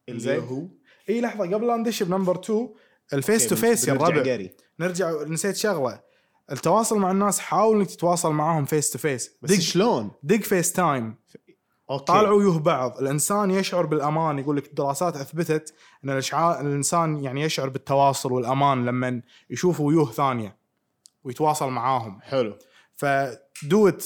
Speaker 3: اللي
Speaker 2: زين.
Speaker 3: هو
Speaker 2: اي لحظه قبل لا ندش بنمبر 2 الفيس تو
Speaker 3: أوكي،
Speaker 2: فيس يا
Speaker 3: إيه، بنرجع
Speaker 2: الربع
Speaker 3: قري.
Speaker 2: نرجع نسيت شغله التواصل مع الناس حاول انك تتواصل معاهم فيس تو فيس
Speaker 3: بس
Speaker 2: دق
Speaker 3: شلون؟
Speaker 2: دق فيس تايم
Speaker 3: اوكي
Speaker 2: طالعوا وجوه بعض الانسان يشعر بالامان يقول لك الدراسات اثبتت ان الاشعاع الانسان يعني يشعر بالتواصل والامان لما يشوف وجوه ثانيه ويتواصل معاهم
Speaker 3: حلو
Speaker 2: فدو ات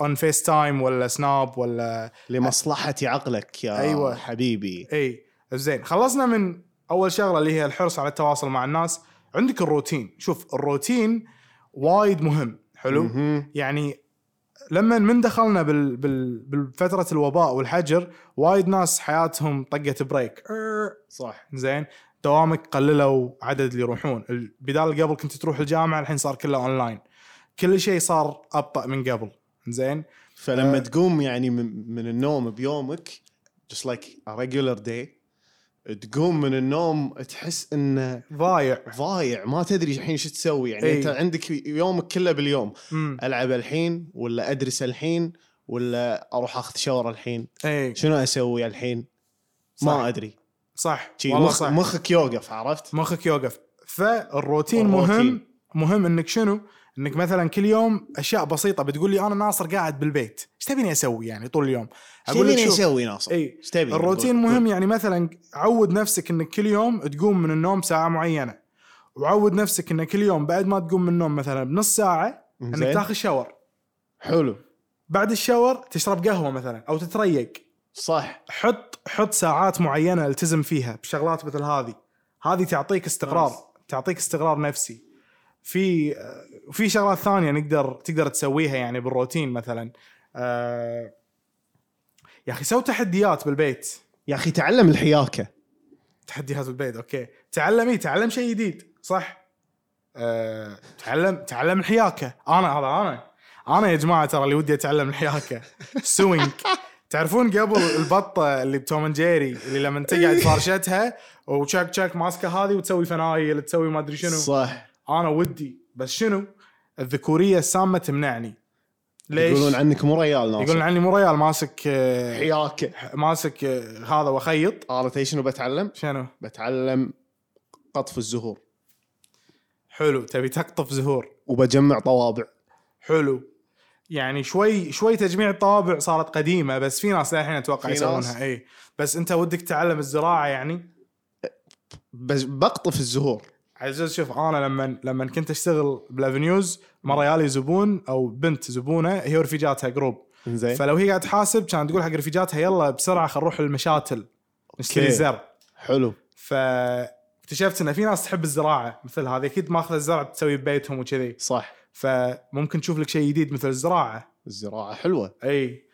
Speaker 2: اون فيس تايم ولا سناب ولا
Speaker 3: لمصلحه عقلك يا
Speaker 2: أيوة.
Speaker 3: أيوة. حبيبي
Speaker 2: اي زين خلصنا من اول شغله اللي هي الحرص على التواصل مع الناس عندك الروتين شوف الروتين وايد مهم حلو
Speaker 3: مهم.
Speaker 2: يعني لما من دخلنا بال بال بالفتره الوباء والحجر وايد ناس حياتهم طقت بريك أر،
Speaker 3: صح
Speaker 2: زين دوامك قللوا عدد اللي يروحون ال- بدال قبل كنت تروح الجامعه الحين صار كله اونلاين كل شيء صار ابطا من قبل زين آه.
Speaker 3: فلما تقوم يعني من, من النوم بيومك just like a regular day تقوم من النوم تحس انه
Speaker 2: ضايع
Speaker 3: ضايع ما تدري الحين شو تسوي يعني
Speaker 2: أي.
Speaker 3: انت عندك يومك كله باليوم
Speaker 2: امم
Speaker 3: العب الحين ولا ادرس الحين ولا اروح اخذ شاور الحين
Speaker 2: اي
Speaker 3: شنو اسوي الحين
Speaker 2: صح.
Speaker 3: ما ادري
Speaker 2: صح
Speaker 3: شي
Speaker 2: والله
Speaker 3: مخ
Speaker 2: صح
Speaker 3: مخك يوقف عرفت
Speaker 2: مخك يوقف فالروتين
Speaker 3: والروتين.
Speaker 2: مهم مهم انك شنو انك مثلا كل يوم اشياء بسيطه بتقول لي انا ناصر قاعد بالبيت ايش تبيني اسوي يعني طول اليوم
Speaker 3: اقول لك
Speaker 2: شوف،
Speaker 3: اسوي ناصر
Speaker 2: اي
Speaker 3: ايش تبي
Speaker 2: إيه. الروتين
Speaker 3: قول-
Speaker 2: مهم يعني مثلا عود نفسك انك كل يوم تقوم من النوم ساعه معينه وعود نفسك انك كل يوم بعد ما تقوم من النوم مثلا بنص ساعه
Speaker 3: قول.
Speaker 2: انك
Speaker 3: زين.
Speaker 2: تاخذ شاور
Speaker 3: حلو
Speaker 2: بعد الشاور تشرب قهوه مثلا او تتريق
Speaker 3: صح
Speaker 2: حط حط ساعات معينه التزم فيها بشغلات مثل هذه هذه تعطيك استقرار
Speaker 3: نايس.
Speaker 2: تعطيك استقرار نفسي في في شغلات ثانيه نقدر تقدر تسويها يعني بالروتين مثلا آه، يا اخي سوي تحديات بالبيت
Speaker 3: يا اخي تعلم الحياكه
Speaker 2: تحديات بالبيت اوكي تعلم ايه تعلم شيء جديد صح أه، تعلم تعلم الحياكه انا هذا انا انا يا جماعه ترى اللي ودي اتعلم الحياكه سوينج تعرفون قبل البطه اللي بتوم أند جيري اللي لما
Speaker 3: إيه.
Speaker 2: تقعد فارشتها وتشك تشك ماسكه هذه وتسوي فنايل تسوي ما ادري شنو
Speaker 3: صح
Speaker 2: انا ودي بس شنو الذكوريه السامه تمنعني ليش؟
Speaker 3: يقولون
Speaker 2: يقولون,
Speaker 3: عنك مو ريال ناصر
Speaker 2: يقولون عني مو ريال ماسك آه،
Speaker 3: حياكه
Speaker 2: ماسك آه، هذا وخيط
Speaker 3: انا تدري شنو بتعلم؟
Speaker 2: شنو؟
Speaker 3: بتعلم قطف الزهور
Speaker 2: حلو تبي تقطف زهور
Speaker 3: وبجمع طوابع
Speaker 2: حلو يعني شوي شوي تجميع الطوابع صارت قديمه بس في ناس للحين اتوقع
Speaker 3: في
Speaker 2: يسوونها
Speaker 3: ناس.
Speaker 2: اي بس انت ودك تتعلم الزراعه يعني
Speaker 3: بس بقطف الزهور
Speaker 2: عزيز شوف انا لما لما كنت اشتغل بالافنيوز مره يالي زبون او بنت زبونه هي ورفيجاتها جروب
Speaker 3: زين
Speaker 2: فلو هي قاعد تحاسب كانت تقول حق رفيجاتها يلا بسرعه خل نروح المشاتل نشتري
Speaker 3: أوكي.
Speaker 2: زر
Speaker 3: حلو
Speaker 2: فاكتشفت ان في ناس تحب الزراعه مثل هذه اكيد ماخذه الزرع تسوي ببيتهم وكذي
Speaker 3: صح
Speaker 2: فممكن تشوف لك شيء جديد مثل الزراعه
Speaker 3: الزراعه حلوه
Speaker 2: اي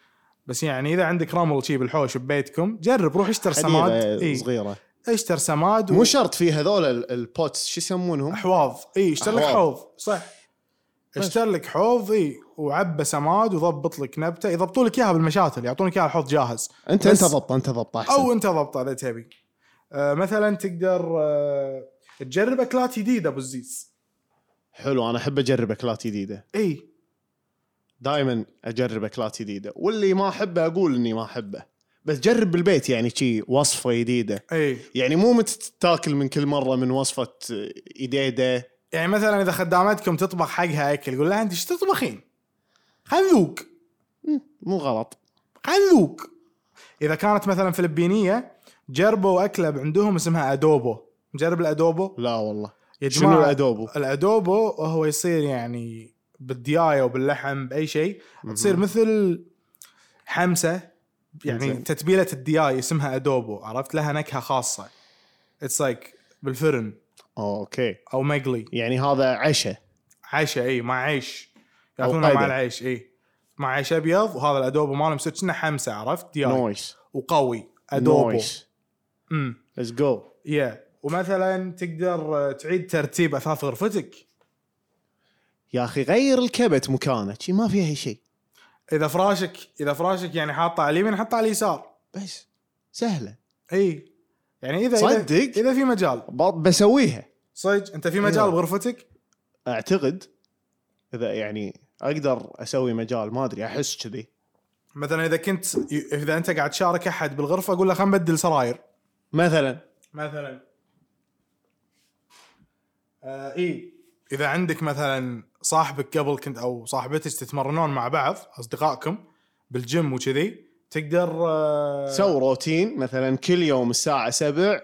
Speaker 2: بس يعني اذا عندك رمل شي بالحوش ببيتكم جرب روح اشتر سماد
Speaker 3: حديقه
Speaker 2: اي
Speaker 3: صغيره
Speaker 2: اشتر سماد
Speaker 3: مو شرط في هذول ال- البوتس شو يسمونهم؟
Speaker 2: واحواض اي اشتر لك
Speaker 3: أحواض.
Speaker 2: حوض صح
Speaker 3: بس.
Speaker 2: اشتر لك حوض اي وعبى سماد وضبط لك نبته يضبطوا لك اياها بالمشاتل يعطونك اياها الحوض جاهز
Speaker 3: انت
Speaker 2: بس-
Speaker 3: انت ضبط انت ضبط احسن
Speaker 2: او انت ضبطه اذا تبي آه مثلا تقدر آه تجرب اكلات جديده ابو الزيز
Speaker 3: حلو انا احب اجرب اكلات جديده
Speaker 2: اي
Speaker 3: دائما اجرب اكلات جديده واللي ما احبه اقول اني ما احبه بس جرب بالبيت يعني شي وصفه جديده
Speaker 2: اي
Speaker 3: يعني مو مت- تاكل من كل مره من وصفه ايديده
Speaker 2: يعني مثلا اذا خدامتكم تطبخ حقها اكل قول لها انت ايش تطبخين؟ خلينا نذوق
Speaker 3: مو غلط
Speaker 2: خلينا نذوق اذا كانت مثلا فلبينيه جربوا اكله عندهم اسمها ادوبو مجرب الادوبو
Speaker 3: لا والله
Speaker 2: يا
Speaker 3: شنو الادوبو؟
Speaker 2: الادوبو هو يصير يعني بالديايه وباللحم باي شيء تصير مثل حمسه يعني
Speaker 3: زين.
Speaker 2: تتبيله الدياي اسمها ادوبو عرفت لها نكهه خاصه اتس لايك like بالفرن
Speaker 3: اوكي
Speaker 2: او مقلي
Speaker 3: يعني هذا عشاء
Speaker 2: عشاء اي مع عيش
Speaker 3: أو
Speaker 2: ياكلونها مع
Speaker 3: قيدة.
Speaker 2: العيش اي مع عيش ابيض وهذا الادوبو مالهم يصير كنا حمسه عرفت دياي
Speaker 3: نويس
Speaker 2: وقوي ادوبو
Speaker 3: نويس
Speaker 2: امم
Speaker 3: ليتس جو
Speaker 2: يا ومثلا تقدر آه، تعيد ترتيب اثاث غرفتك
Speaker 3: يا اخي غير الكبت مكانه شي ما فيها شيء
Speaker 2: اذا فراشك اذا فراشك يعني حاطه على اليمين حطه على اليسار
Speaker 3: بس سهله
Speaker 2: اي يعني اذا إذا-
Speaker 3: صدق؟
Speaker 2: اذا في مجال
Speaker 3: ب- بسويها
Speaker 2: صدق انت في مجال
Speaker 3: إيه.
Speaker 2: بغرفتك
Speaker 3: اعتقد اذا يعني اقدر اسوي مجال ما ادري احس كذي
Speaker 2: مثلا اذا كنت اذا انت قاعد تشارك احد بالغرفه اقول له خلينا نبدل سراير
Speaker 3: مثلا
Speaker 2: مثلا آه اي اذا عندك مثلا صاحبك قبل كنت او صاحبتك تتمرنون مع بعض اصدقائكم بالجيم وكذي تقدر آه
Speaker 3: سو روتين مثلا كل يوم الساعه 7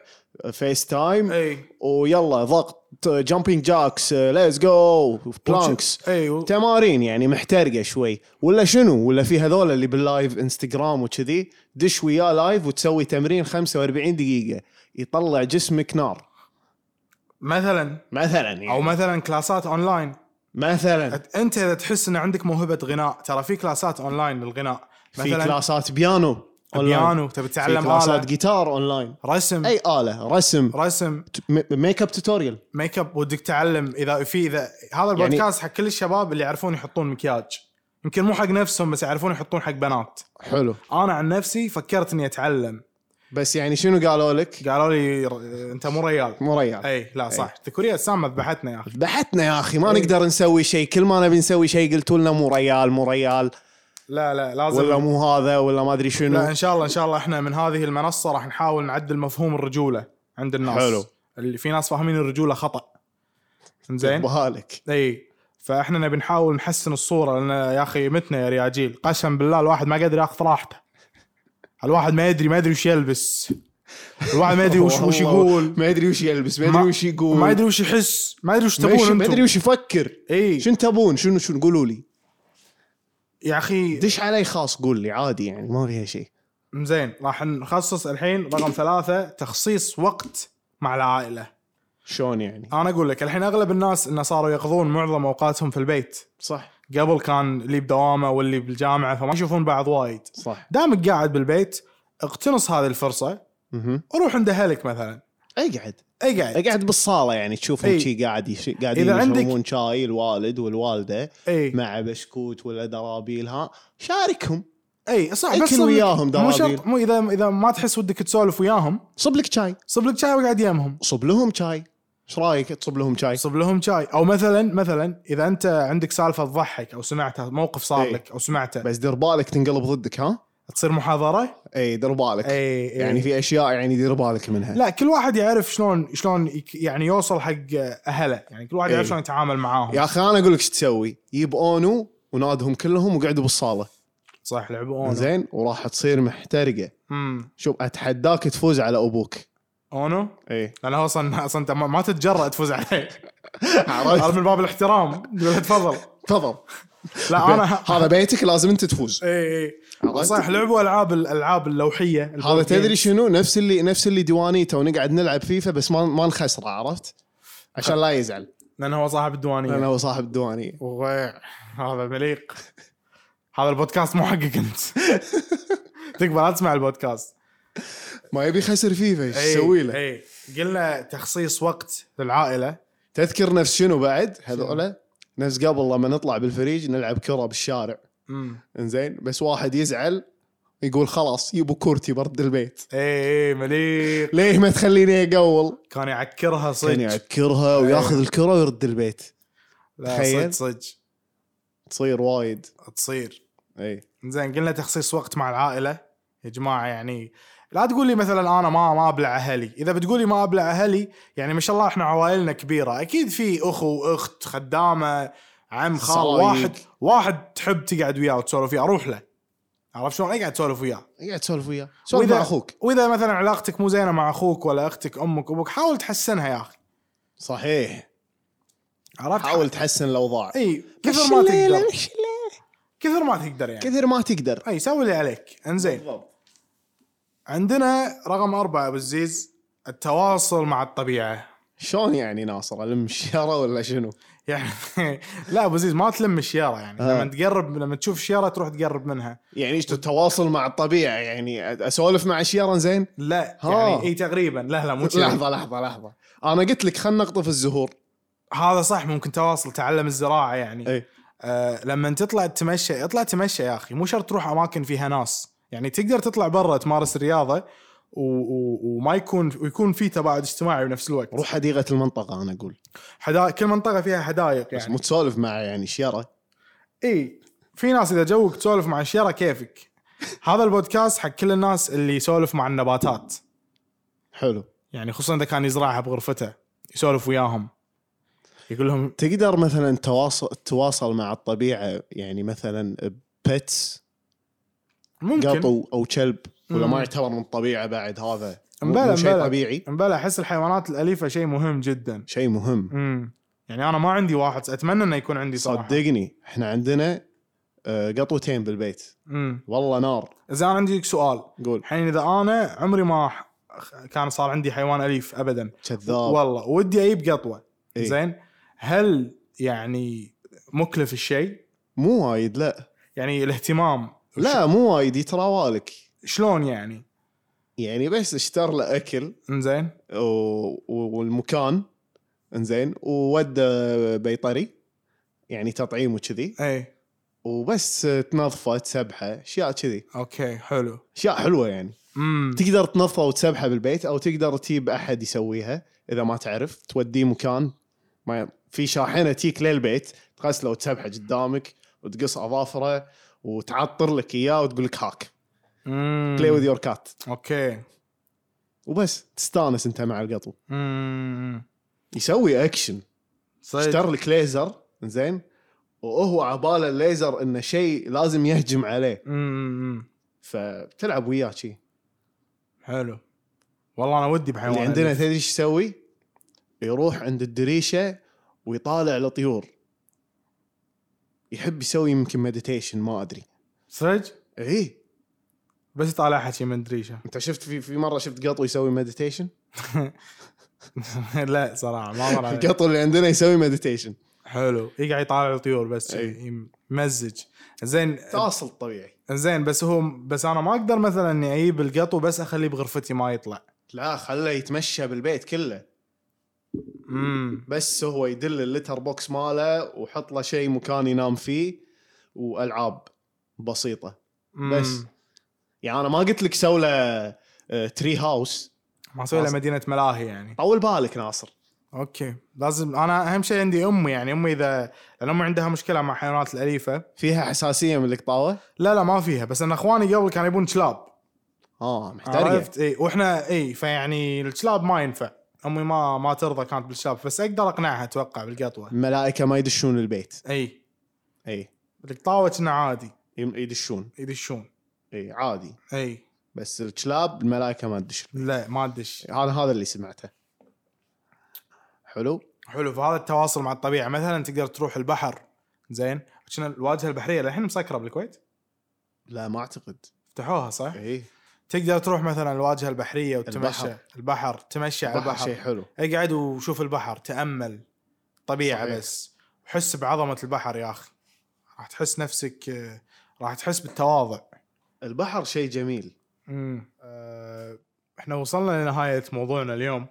Speaker 3: فيس تايم
Speaker 2: اي
Speaker 3: ويلا ضغط جامبينج جاكس ليتس جو بلانكس
Speaker 2: اي إيه، و...
Speaker 3: تمارين يعني محترقه شوي ولا شنو ولا في هذول اللي باللايف انستغرام وكذي دش وياه لايف وتسوي تمرين 45 دقيقه يطلع جسمك نار
Speaker 2: مثلا
Speaker 3: مثلا يعني
Speaker 2: او مثلا كلاسات اونلاين
Speaker 3: مثلا
Speaker 2: أت- انت اذا تحس ان عندك موهبه غناء ترى في كلاسات اونلاين للغناء
Speaker 3: في كلاسات بيانو أونلاين.
Speaker 2: بيانو تبي
Speaker 3: في
Speaker 2: تتعلم
Speaker 3: كلاسات
Speaker 2: آلة
Speaker 3: جيتار اونلاين
Speaker 2: رسم
Speaker 3: اي اله رسم
Speaker 2: رسم
Speaker 3: ت- م- ميك اب توتوريال
Speaker 2: ميك اب ودك تعلم اذا في اذا
Speaker 3: يعني
Speaker 2: هذا البودكاست حق كل الشباب اللي يعرفون يحطون مكياج يمكن مو حق نفسهم بس يعرفون يحطون حق بنات
Speaker 3: حلو
Speaker 2: انا عن نفسي فكرت اني اتعلم
Speaker 3: بس يعني شنو قالوا لك؟
Speaker 2: قالوا لي ر- انت مو ريال
Speaker 3: مو ريال
Speaker 2: اي لا صح ذكوريا السام ذبحتنا يا اخي
Speaker 3: ذبحتنا يا اخي ما نقدر نسوي شيء كل ما نبي نسوي شيء قلتوا لنا مو ريال مو ريال
Speaker 2: لا لا لازم
Speaker 3: ولا مو هذا ولا ما ادري
Speaker 2: لا
Speaker 3: شنو
Speaker 2: ان شاء الله ان شاء الله احنا من هذه المنصه راح نحاول نعدل مفهوم الرجوله عند الناس
Speaker 3: حلو.
Speaker 2: اللي في ناس فاهمين الرجوله خطا زين
Speaker 3: طيب. بهالك
Speaker 2: اي فاحنا نبي نحاول نحسن الصوره لان يا اخي متنا يا رياجيل قسم بالله الواحد ما قادر ياخذ راحته الواحد ما يدري ما يدري وش يلبس الواحد ما يدري وش وش يقول
Speaker 3: ما يدري وش يلبس ما يدري وش يقول
Speaker 2: ما يدري وش يحس ما يدري وش
Speaker 3: ماشي،
Speaker 2: تبون
Speaker 3: ما ادري
Speaker 2: انتم
Speaker 3: وش يفكر
Speaker 2: اي
Speaker 3: شنو تبون شنو شنو قولوا لي
Speaker 2: يا اخي
Speaker 3: دش علي خاص قول لي عادي يعني ما فيها شيء
Speaker 2: زين راح نخصص الحين رقم ثلاثة تخصيص وقت مع العائلة
Speaker 3: شلون يعني
Speaker 2: انا اقول لك الحين اغلب الناس انه صاروا يقضون معظم اوقاتهم في البيت
Speaker 3: صح
Speaker 2: قبل كان اللي بدوامه واللي بالجامعه فما يشوفون بعض وايد
Speaker 3: صح
Speaker 2: دامك قاعد بالبيت اقتنص هذه الفرصه
Speaker 3: اها
Speaker 2: وروح عند اهلك مثلا
Speaker 3: اقعد
Speaker 2: اقعد
Speaker 3: اقعد بالصاله يعني تشوفهم
Speaker 2: إي.
Speaker 3: شي قاعد يش... قاعدين
Speaker 2: إذا عندك-
Speaker 3: يشربون شاي الوالد والوالده
Speaker 2: اي
Speaker 3: مع بسكوت ولا درابيل ها شاركهم
Speaker 2: اي صح
Speaker 3: اكل
Speaker 2: صب لك-
Speaker 3: وياهم
Speaker 2: مو
Speaker 3: دلابيل.
Speaker 2: شرط مو اذا اذا ما تحس ودك تسولف وياهم
Speaker 3: صب لك شاي
Speaker 2: صب لك شاي وقعد يمهم
Speaker 3: صب لهم شاي ايش رايك تصب لهم شاي
Speaker 2: صب لهم شاي او مثلا مثلا اذا انت عندك سالفه تضحك او سمعتها موقف صار
Speaker 3: إي.
Speaker 2: لك او سمعته
Speaker 3: بس دير بالك تنقلب ضدك ها
Speaker 2: تصير محاضره
Speaker 3: اي دير بالك
Speaker 2: اي, أي.
Speaker 3: يعني في اشياء يعني دير بالك منها
Speaker 2: لا كل واحد يعرف شلون شلون يك- يعني يوصل حق اهله يعني كل واحد يعرف
Speaker 3: إي.
Speaker 2: شلون يتعامل معاهم
Speaker 3: إيه. يا اخي انا اقول لك ايش تسوي يب اونو ونادهم كلهم وقعدوا بالصاله
Speaker 2: صح لعبوا اونو
Speaker 3: زين وراح تصير محترقه
Speaker 2: امم
Speaker 3: شوف اتحداك تفوز على ابوك
Speaker 2: اونو
Speaker 3: اي
Speaker 2: لان هو اصلا اصلا انت ما ما تتجرأ تفوز عليه هذا من باب الاحترام تقول له تفضل
Speaker 3: تفضل
Speaker 2: لا إيه، انا
Speaker 3: هذا بيتك لازم انت تفوز
Speaker 2: اي اي
Speaker 3: عرفت؟
Speaker 2: صح لعبوا العاب الالعاب اللوحيه
Speaker 3: هذا
Speaker 2: البورد
Speaker 3: تدري
Speaker 2: جيم.
Speaker 3: شنو نفس اللي نفس اللي ديوانيته ونقعد نلعب فيفا بس ما ما نخسره عرفت؟ عشان لا يزعل
Speaker 2: لان هو صاحب
Speaker 3: لان
Speaker 2: الديوانيه
Speaker 3: هو صاحب الديوانيه
Speaker 2: وغير. هذا مليق هذا البودكاست مو حقك انت تقبل لا تسمع البودكاست
Speaker 3: ما يبي يخسر فيفا ايش
Speaker 2: إي،
Speaker 3: يسوي له؟
Speaker 2: اي إيه. قلنا تخصيص وقت للعائله
Speaker 3: تذكر نفس شنو بعد هذولا نفس قبل لما نطلع بالفريج نلعب كره بالشارع
Speaker 2: امم
Speaker 3: انزين بس واحد يزعل يقول خلاص يبوا كورتي برد البيت
Speaker 2: اي اي إيه، مليق
Speaker 3: ليه ما تخليني إيه. اقول؟
Speaker 2: كان يعكرها
Speaker 3: كان
Speaker 2: صدق
Speaker 3: يعني يعكرها وياخذ الكره ويرد البيت
Speaker 2: لا صدق
Speaker 3: تخيل.
Speaker 2: صدق
Speaker 3: تصير وايد إيه.
Speaker 2: تصير
Speaker 3: اي
Speaker 2: زين قلنا تخصيص وقت مع العائله يا جماعه يعني لا تقول لي مثلا انا ما ما ابلع اهلي اذا بتقولي ما ابلع اهلي يعني ما شاء الله احنا عوائلنا كبيره اكيد في اخو اخت خدامه عم خال
Speaker 3: صايغ.
Speaker 2: واحد واحد تحب تقعد وياه وتسولف وياه اروح له عرفت شلون اقعد تسولف وياه
Speaker 3: قاعد تسولف وياه سولف
Speaker 2: وإذا-
Speaker 3: مع اخوك
Speaker 2: واذا مثلا علاقتك مو زينه مع اخوك ولا اختك امك ابوك حاول تحسنها يا اخي
Speaker 3: صحيح
Speaker 2: عرفت
Speaker 3: حاول تحسن الاوضاع
Speaker 2: اي إيه. كثر ما تقدر
Speaker 3: مش الليلة.
Speaker 2: كثر ما تقدر يعني
Speaker 3: كثر ما تقدر
Speaker 2: اي سوي اللي عليك انزين
Speaker 3: بالضبط.
Speaker 2: عندنا رقم أربعة أبو الزيز التواصل مع الطبيعة
Speaker 3: شلون يعني ناصر الم شرى ولا شنو؟
Speaker 2: يعني لا أبو الزيز ما تلم الشيارة يعني
Speaker 3: آه.
Speaker 2: لما تقرب لما تشوف الشيارة تروح تقرب منها
Speaker 3: يعني ايش تتواصل مع الطبيعه يعني اسولف مع شيرا زين؟
Speaker 2: لا
Speaker 3: ها.
Speaker 2: يعني إي تقريبا لا لا مو كذي.
Speaker 3: لحظه لحظه لحظه انا قلت لك خلنا نقطف الزهور
Speaker 2: هذا صح ممكن تواصل تعلم الزراعة يعني
Speaker 3: اي
Speaker 2: آه لما تطلع تمشى اطلع تمشى يا اخي مو شرط تروح اماكن فيها ناس يعني تقدر تطلع برا تمارس الرياضه و... و... وما يكون ويكون في تباعد اجتماعي بنفس الوقت
Speaker 3: روح حديقه المنطقه انا اقول
Speaker 2: حدا... كل منطقه فيها حدائق
Speaker 3: بس
Speaker 2: يعني
Speaker 3: مو تسولف مع يعني شيره
Speaker 2: اي إيه، في ناس اذا جوك تسولف مع الشيره كيفك هذا البودكاست حق كل الناس اللي يسولف مع النباتات
Speaker 3: حلو
Speaker 2: يعني خصوصا اذا كان يزرعها بغرفته يسولف وياهم يقول لهم
Speaker 3: تقدر مثلا تواصل تواصل مع الطبيعه يعني مثلا بيتس قط
Speaker 2: ممكن
Speaker 3: أو- او كلب ولا
Speaker 2: مم.
Speaker 3: ما يعتبر من الطبيعه بعد هذا مو-
Speaker 2: مبلى
Speaker 3: مو شيء
Speaker 2: مبلى.
Speaker 3: طبيعي
Speaker 2: بلا احس الحيوانات الاليفه شيء مهم جدا
Speaker 3: شيء مهم
Speaker 2: امم يعني انا ما عندي واحد اتمنى انه يكون عندي صراحه
Speaker 3: صدقني احنا عندنا آه، قطوتين بالبيت
Speaker 2: امم
Speaker 3: والله نار
Speaker 2: اذا انا عندي لك سؤال
Speaker 3: قول
Speaker 2: الحين اذا انا عمري ما ح- كان صار عندي حيوان اليف ابدا
Speaker 3: كذاب
Speaker 2: والله ودي اجيب قطوه
Speaker 3: آه. إيه.
Speaker 2: زين هل يعني مكلف الشيء
Speaker 3: مو وايد لا
Speaker 2: يعني الاهتمام
Speaker 3: لا مو وايد يتراوالك
Speaker 2: شلون يعني
Speaker 3: يعني بس اشتر له اكل
Speaker 2: انزين
Speaker 3: و- والمكان انزين ووده بيطري يعني تطعيم وكذي
Speaker 2: اي
Speaker 3: وبس تنظفه تسبحه اشياء كذي
Speaker 2: اوكي حلو
Speaker 3: اشياء حلوه يعني
Speaker 2: امم
Speaker 3: تقدر تنظفه وتسبحه بالبيت او تقدر تجيب احد يسويها اذا ما تعرف توديه مكان ما في شاحنه تيك للبيت تغسله وتسبحه قدامك وتقص اظافره وتعطر لك اياه وتقول لك هاك بلاي وذ
Speaker 2: امم
Speaker 3: يور كات
Speaker 2: اوكي
Speaker 3: وبس تستانس انت مع القطو
Speaker 2: امم
Speaker 3: يسوي اكشن
Speaker 2: صدق.
Speaker 3: اشتر لك ليزر زين وهو عباله الليزر انه شيء لازم يهجم عليه
Speaker 2: امم
Speaker 3: فتلعب وياه شي
Speaker 2: حلو والله انا ودي بحيوان
Speaker 3: اللي عندنا
Speaker 2: أليف.
Speaker 3: تدري ايش يسوي؟ يروح عند الدريشه ويطالع لطيور يحب يسوي يمكن مديتيشن ما ادري
Speaker 2: صدق
Speaker 3: اي
Speaker 2: بس طالع حكي من دريشه
Speaker 3: انت شفت في في مره شفت قطو يسوي مديتيشن؟
Speaker 2: لا صراحه ما مر علي.
Speaker 3: القطو اللي عندنا يسوي مديتيشن
Speaker 2: حلو يقعد يطالع الطيور بس
Speaker 3: أي. طيب.
Speaker 2: يمزج زين
Speaker 3: تواصل طبيعي
Speaker 2: زين بس هو بس انا ما اقدر مثلا اني اجيب القطو بس اخليه بغرفتي ما يطلع
Speaker 3: لا خله يتمشى بالبيت كله
Speaker 2: امم
Speaker 3: بس هو يدل اللتر بوكس ماله وحط له شيء مكان ينام فيه والعاب بسيطه بس. يعني انا ما قلت لك سوي له تري هاوس
Speaker 2: ما اسوي له مدينه ملاهي يعني
Speaker 3: طول بالك ناصر
Speaker 2: اوكي لازم انا اهم شيء عندي امي يعني امي اذا لان امي عندها مشكله مع الحيوانات الاليفه
Speaker 3: فيها حساسيه من القطاوه
Speaker 2: لا لا ما فيها بس انا اخواني قبل كانوا يبون كلاب
Speaker 3: اه محترقه
Speaker 2: عرفت اي واحنا اي فيعني الكلاب ما ينفع امي ما ما ترضى كانت بالكلاب بس اقدر اقنعها اتوقع بالقطوه
Speaker 3: الملائكه ما يدشون البيت
Speaker 2: اي
Speaker 3: اي
Speaker 2: القطاوه كنا عادي
Speaker 3: يم- يدشون
Speaker 2: يدشون
Speaker 3: اي عادي
Speaker 2: اي
Speaker 3: بس الكلاب الملائكه ما تدش
Speaker 2: لا ما ادش
Speaker 3: انا هذا اللي سمعته حلو
Speaker 2: حلو فهذا التواصل مع الطبيعه مثلا تقدر تروح البحر زين كنا الواجهه البحريه للحين مسكره بالكويت
Speaker 3: لا ما اعتقد
Speaker 2: فتحوها صح؟
Speaker 3: اي
Speaker 2: تقدر تروح مثلا الواجهه البحريه وتمشى البحر,
Speaker 3: البحر.
Speaker 2: البحر. تمشي على
Speaker 3: بحر
Speaker 2: البحر
Speaker 3: شيء حلو
Speaker 2: اقعد وشوف البحر تامل طبيعه صحيح.
Speaker 3: صحيح.
Speaker 2: بس حس بعظمه البحر يا اخي راح تحس نفسك آه، راح تحس بالتواضع
Speaker 3: البحر شيء جميل
Speaker 2: امم آه، احنا وصلنا لنهايه موضوعنا اليوم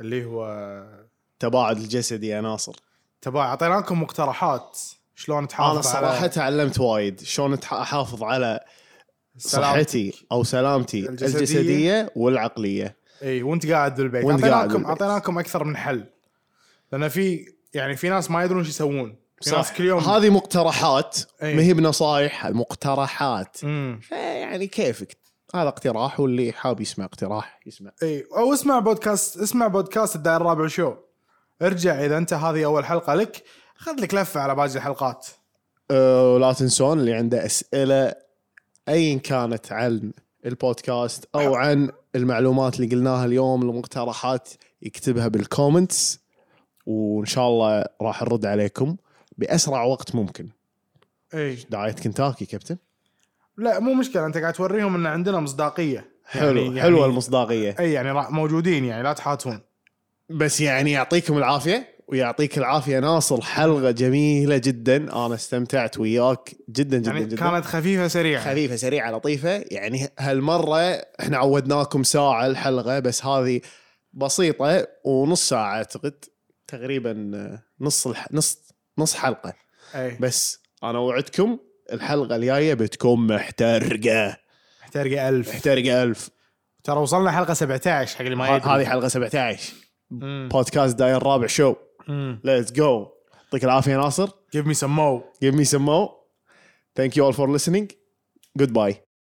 Speaker 2: اللي هو آه،
Speaker 3: تباعد الجسدي يا ناصر
Speaker 2: تبع اعطيناكم مقترحات شلون تحافظ
Speaker 3: انا صراحه
Speaker 2: على
Speaker 3: تعلمت وايد شلون أتح- احافظ على صحتي او سلامتي
Speaker 2: الجسدية.
Speaker 3: الجسدية, والعقليه
Speaker 2: اي وانت قاعد بالبيت
Speaker 3: وأنت قاعد
Speaker 2: اعطيناكم
Speaker 3: بالبيت.
Speaker 2: اعطيناكم اكثر من حل لان في يعني في ناس ما يدرون شو يسوون في ناس كل يوم إيه.
Speaker 3: هذه مقترحات
Speaker 2: إي.
Speaker 3: ما هي بنصايح مقترحات
Speaker 2: امم
Speaker 3: يعني كيفك هذا اقتراح واللي حاب يسمع اقتراح يسمع
Speaker 2: اي او اسمع بودكاست اسمع بودكاست الدائر الرابع شو ارجع اذا انت هذه اول حلقه لك خذ لك لفه على باقي الحلقات
Speaker 3: أه ولا تنسون اللي عنده اسئله ايا كانت عن البودكاست او عن المعلومات اللي قلناها اليوم المقترحات يكتبها بالكومنتس وان شاء الله راح نرد عليكم باسرع وقت ممكن
Speaker 2: اي
Speaker 3: دعايه كنتاكي كابتن
Speaker 2: لا مو مشكله انت قاعد توريهم ان عندنا مصداقيه
Speaker 3: حلو يعني حلوه المصداقيه
Speaker 2: اي يعني را- موجودين يعني لا تحاتون
Speaker 3: بس يعني يعطيكم العافيه ويعطيك العافيه ناصر حلقه جميله جدا انا استمتعت وياك جدا جدا
Speaker 2: يعني
Speaker 3: جدا
Speaker 2: كانت خفيفه سريعه
Speaker 3: خفيفه سريعه لطيفه يعني هالمره احنا عودناكم ساعه الحلقه بس هذه بسيطه ونص ساعه اعتقد تقريبا نص الح... نص نص حلقه
Speaker 2: اي
Speaker 3: بس انا اوعدكم الحلقه الجايه بتكون محترقه
Speaker 2: محترقه 1000
Speaker 3: محترقه ألف
Speaker 2: ترى وصلنا حلقه 17 حق اللي ما يدري
Speaker 3: هذه حلقه 17
Speaker 2: مم.
Speaker 3: بودكاست داير الرابع شو
Speaker 2: مم.
Speaker 3: ليتس جو يعطيك العافيه ناصر
Speaker 2: give me some more
Speaker 3: give me some more thank you all for listening goodbye